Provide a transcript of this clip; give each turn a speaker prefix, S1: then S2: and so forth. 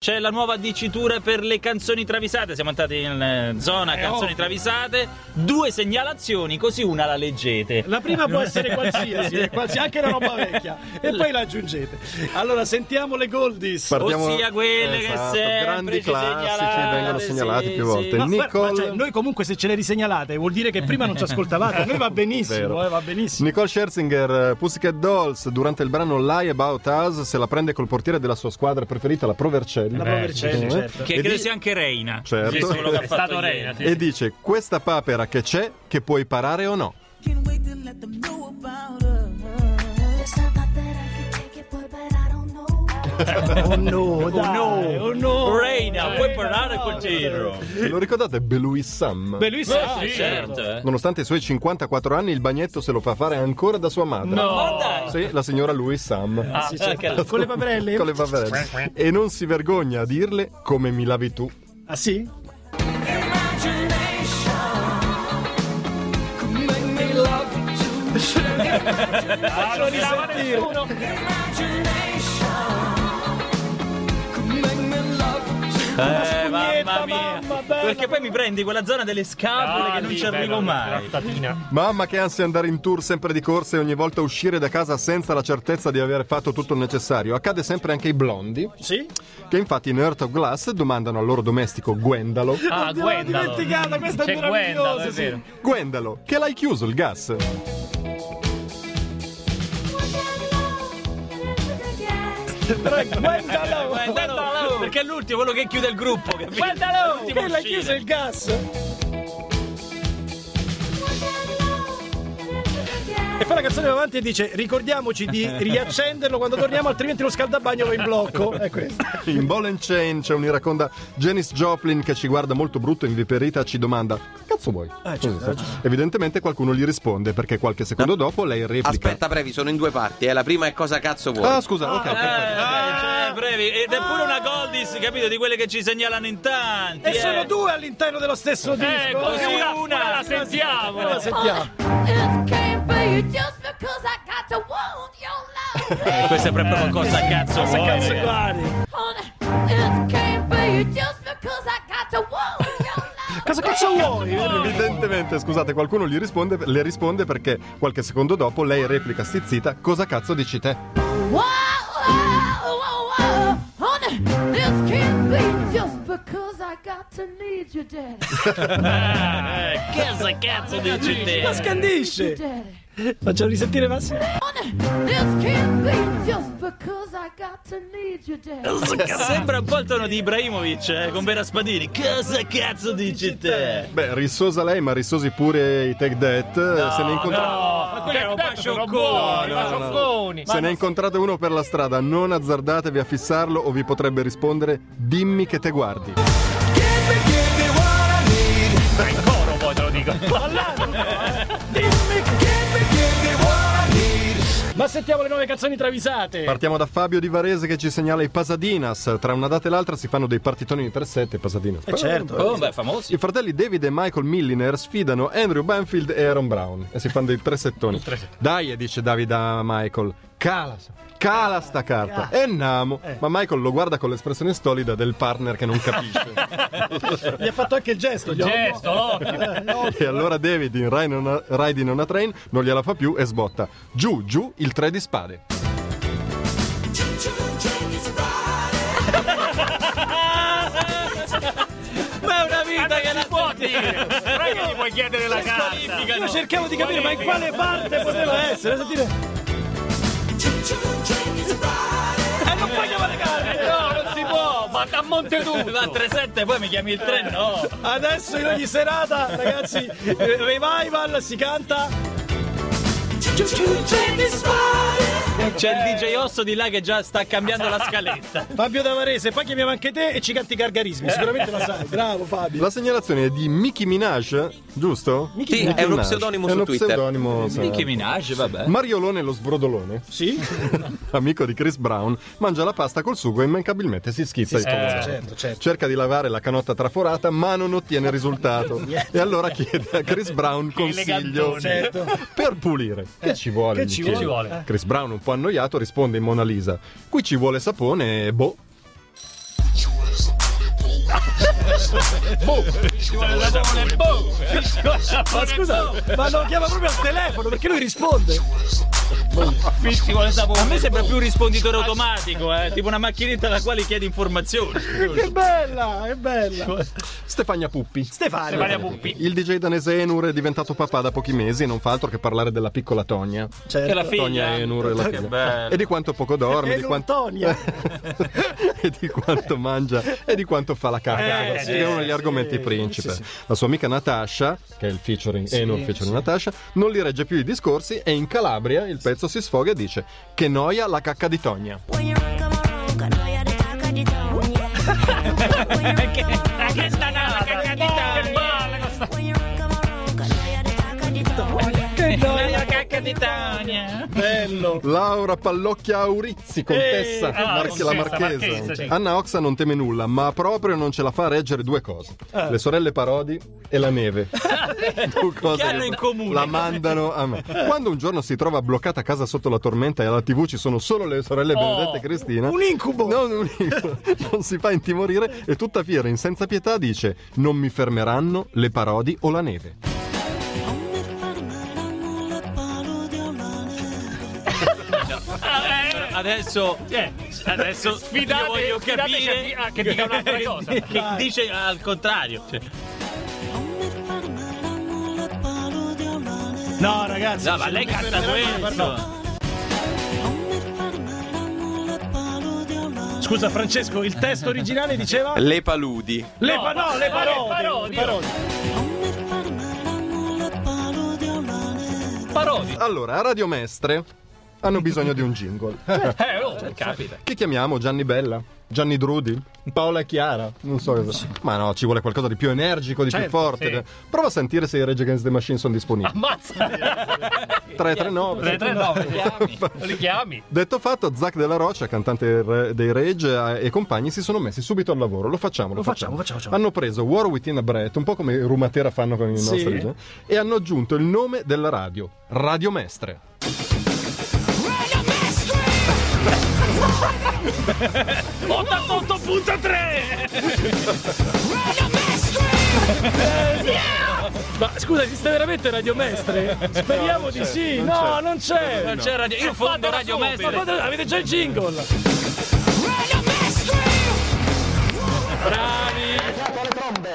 S1: C'è la nuova dicitura per le canzoni travisate, siamo entrati in eh, zona
S2: Eh,
S1: canzoni
S2: oh.
S1: travisate, due segnalazioni così una la leggete.
S2: La prima può essere qualsiasi, eh, qualsi- anche la roba vecchia, e poi la aggiungete. Allora, sentiamo le Goldis.
S3: Par- Partiamo-
S1: Ossia quelle
S3: Esatto,
S1: che sempre
S3: grandi
S1: ci
S3: classici
S1: segnalate,
S3: vengono segnalati
S1: sì,
S3: più
S1: sì.
S3: volte.
S2: Ma guarda,
S3: Nicole-
S2: ma cioè, noi comunque se ce le risegnalate vuol dire che prima non ci ascoltavate. A noi va benissimo,
S3: Vero.
S2: eh, va benissimo.
S3: Nicole Scherzinger, eh, Pussycat Dolls, durante il brano Lie About Us, se la prende col portiere della sua squadra preferita, la Provercelli.
S2: La Provercelli,
S3: secondo me.
S2: certo.
S1: Che
S3: e,
S1: credo
S3: di-
S1: sia anche Reina.
S3: Certo.
S1: Sì, quello che ha
S4: È
S1: fatto
S4: stato
S1: ieri.
S4: Reina, sì.
S3: e dice, questa papera che c'è, che puoi parare o no.
S5: Can't wait to let them know about us.
S6: Questa papera che c'è che puoi parare o no?
S2: Oh no, dai,
S1: no.
S2: oh no.
S1: Reina, puoi parlare
S2: no,
S1: col giro.
S3: Ve Lo ricordate? Belouis Sam.
S2: Beh, lui sa,
S1: Sì, certo. eh.
S3: Nonostante i suoi 54 anni, il bagnetto se lo fa fare ancora da sua madre.
S2: No.
S1: Ma dai.
S3: Sì, la signora Louis Sam.
S1: Ah,
S2: Sì, certo.
S1: ecco.
S2: Con le paperelle?
S3: Con le paperelle. E non si vergogna a dirle come mi lavi tu.
S2: Ah sì?
S4: Ah, non li lava nessuno.
S1: Eh, mamma
S2: spugnetta,
S1: mia.
S2: mamma, bella.
S1: Perché poi mi prendi quella zona delle scapole
S4: Ah,
S1: che non ci arrivo mai.
S3: Mamma che ansia andare in tour sempre di corsa e ogni volta uscire da casa senza la certezza di aver fatto tutto il necessario. Accade sempre anche ai blondi,
S2: Sì?
S3: che infatti in Earth of Glass domandano al loro domestico Gwendalo.
S4: Ah,
S2: Oddio, l'ho
S4: Gwendalo.
S2: dimenticata, questa è
S4: C'è Gwendalo,
S2: meravigliosa.
S4: è
S2: Sì.
S4: vero.
S3: Gwendalo, che l'hai chiuso il gas?
S2: Però è Gwendalo.
S1: Guardalo, Eh, Perché è l'ultimo, quello che chiude il gruppo. capito?
S2: Guardalo!
S1: L'ultimo
S2: Che l'ha
S1: uscire.
S2: chiuso il gas! E poi la canzone va avanti e dice ricordiamoci di riaccenderlo quando torniamo altrimenti lo scaldabagno va in blocco. È questo.
S3: In Ball and Chain c'è un'iraconda Janice Joplin che ci guarda molto brutto e inviperita ci domanda "Che cazzo vuoi?" Così, sai. Evidentemente qualcuno gli risponde perché qualche secondo dopo lei replica
S7: Aspetta, brevi, sono in due parti. Eh. La prima è cosa cazzo vuoi.
S3: Ah, scusa, ok.
S1: Eh, Ah.
S3: perfetto.
S1: cioè, brevi. Ed è pure una Goldis, capito? Di quelle che ci segnalano in tanti.
S2: E
S1: eh.
S2: sono due all'interno dello stesso disco.
S4: Eh, così
S2: Eh,
S4: una,
S1: una
S4: una
S1: la
S4: la
S2: Ora
S4: sentiamo.
S2: sentiamo.
S1: Questo Eh, è proprio cosa cazzo
S2: Cosa
S1: vuoi,
S2: cazzo
S1: ragazzi.
S2: guardi? Cosa cazzo vuoi?
S3: Evidentemente, scusate, qualcuno gli risponde, le risponde perché qualche secondo dopo lei replica stizzita "Cosa cazzo dici te?"
S1: Eh, Cosa cazzo dici
S2: La
S1: te?
S2: scandisce! Facciamo risentire Massimo.
S1: Sembra un po' il tono di Ibrahimovic eh, con Vera Spadini. Cosa cazzo dici te?
S3: Beh, rissosa lei, ma rissosi pure i Take That. se ne, incontra-
S4: No, ma quelli erano
S1: Detto
S4: pasciocconi,
S3: no, no, no.
S4: pasciocconi.
S3: se ne incontrate uno per la strada, non azzardatevi a fissarlo o vi potrebbe rispondere dimmi che te guardi.
S4: Ma in coro poi te lo dico.
S2: Ma sentiamo le nuove canzoni travisate.
S3: Partiamo da Fabio di Varese che ci segnala i Pasadinas. Tra una data e l'altra si fanno dei partitoni di per sette Pasadinas.
S2: Eh, certo.
S1: Oh, beh, famosi.
S3: I fratelli David e Michael Milliner sfidano Andrew Banfield e Aaron Brown e si fanno dei tre settoni. Dai, dice David a Michael, cala, cala sta carta. E Namo. Ma Michael lo guarda con l'espressione stolida del partner che non capisce.
S2: Gli ha fatto anche il gesto. gli ho-
S4: Gesto, l'occhio.
S3: e allora David in Riding on a- Riding on a Train non gliela fa più e sbotta. Giù, giù, il tre di spade.
S1: Ma è una vita che la
S4: Non si può dire. Non è che gli puoi chiedere la carta.
S2: Io cercavo di capire, ma in quale parte poteva essere? Sentite. E non puoi chiamare
S4: Eh,
S2: carte!
S4: No, non si può. Ma da Monteduto.
S1: Ma 3-7 poi mi chiami il 3? No.
S2: Adesso in ogni serata, ragazzi, eh, revival si canta.
S1: C'è il DJ Osso di là che già sta cambiando la scaletta.
S2: Fabio Davarese, poi chiamiamo anche te e ci canti i Gargarismi. Sicuramente la sai. Bravo Fabio.
S3: La segnalazione è di Nicki Minaj, giusto?
S2: Nicki
S7: Sì, è uno
S3: Minaj.
S7: pseudonimo
S3: È
S7: su
S3: uno
S7: Twitter.
S3: pseudonimo, sa-
S1: Nicki Minaj, vabbè.
S3: Mariolone lo sbrodolone,
S2: Sì?
S3: amico di Chris Brown, mangia la pasta col sugo e immancabilmente si schizza il collo.
S2: certo, certo.
S3: Cerca di lavare la canotta traforata, ma non ottiene risultato. e allora chiede a Chris Brown consiglio
S4: elegantone.
S2: Certo. Eh,
S3: per pulire. Che ci vuole?
S2: che
S3: gli
S2: ci Eh.
S3: chiede.
S4: vuole?
S3: Chris Brown, un po' annoiato, risponde in Mona Lisa: Qui ci vuole sapone e boh.
S2: Ma scusa, ma lo chiama proprio al telefono perché lui risponde.
S1: A me sembra più un risponditore automatico, eh, tipo una macchinetta alla quale chiedi informazioni.
S2: Che bella, è bella.
S3: Stefania Puppi.
S2: Stefano,
S4: Maria Puppi.
S3: Il DJ danese Enur è diventato papà da pochi mesi e non fa altro che parlare della piccola Tonia.
S1: Che la
S2: certo.
S1: figlia.
S3: Tonia Enur e la figlia.
S1: bello.
S3: E di quanto poco dorme, di quanto
S2: Antonia.
S3: e di quanto mangia e di quanto fa la cacca.
S2: Eh,
S3: che
S2: sì,
S3: è uno degli
S2: sì,
S3: argomenti
S2: sì,
S3: principe. La sua amica Natasha, che è il featuring, e non featuring Natasha, non li regge più i discorsi e in Calabria il pezzo si sfoga e dice che noia la cacca di Tonia.
S6: When you run, come around, got no idea the talk of the town, yeah. When you run, come around,
S4: Che stanata, che palle con sta-
S6: when you run, come around, got no idea the talk of the town, yeah.
S1: La cacca di Tania.
S2: Bello.
S3: Laura Pallocchia Aurizzi, contessa,
S2: Eh,
S3: Mar-
S4: contessa,
S3: la marchesa.
S4: marchesa, sì.
S3: Anna Oxa non teme nulla, ma proprio non ce la fa a reggere due cose: le sorelle Parodi e la neve. due cose
S1: Che hanno in comune?
S3: La mandano a me. Quando un giorno si trova bloccata a casa sotto la tormenta e alla TV ci sono solo le sorelle Benedetta e Cristina,
S2: Un incubo.
S3: non, un incubo, non si fa intimorire e tutta fiera, in senza pietà, dice: Non mi fermeranno le Parodi o la neve.
S5: Non mi fermeranno le parole o la neve.
S1: Adesso,
S4: Eh, Adesso sfidate,
S1: io voglio
S4: sfidateci a chi-
S1: capire
S4: a che dica un'altra cosa.
S1: che dice al contrario. Cioè,
S5: Non mi fermeranno le parole o la neve.
S2: No, ragazzi.
S1: no, ma lei canta questo.
S5: Non mi fermeranno le parole o la neve.
S2: Scusa Francesco, il testo originale diceva
S7: Le paludi.
S2: le, pa- no, le parole.
S4: le parole.
S2: le parole.
S5: Non mi fermeranno le parole o la neve.
S4: Parodi.
S3: Allora, a Radio Mestre hanno bisogno di un jingle.
S4: Eh, oh, capita.
S3: Che chiamiamo Gianni Bella? Gianni Drudi? Paola Chiara? Non so cosa. Ma no, ci vuole qualcosa di più energico, di
S4: Certo,
S3: più forte. Prova a sentire se i Rage Against the Machine sono disponibili.
S4: Ammazza.
S3: 339.
S4: 339. Li chiami.
S3: Detto fatto, Zac della Rocha, cantante re- dei Rage eh, e compagni, si sono messi subito al lavoro. Lo facciamo, lo, facciamo. Hanno preso War Within a Brett, un po' come i Rumatera fanno con i nostri, eh, e hanno aggiunto il nome della radio, Radio Mestre.
S2: Ma scusa, esiste veramente Radio Mestre? Speriamo di sì. no, non c'è.
S1: Non c'è radio. Io fondo Radio
S2: Ma
S1: Mestre.
S2: quando- avete già il jingle. Bravi.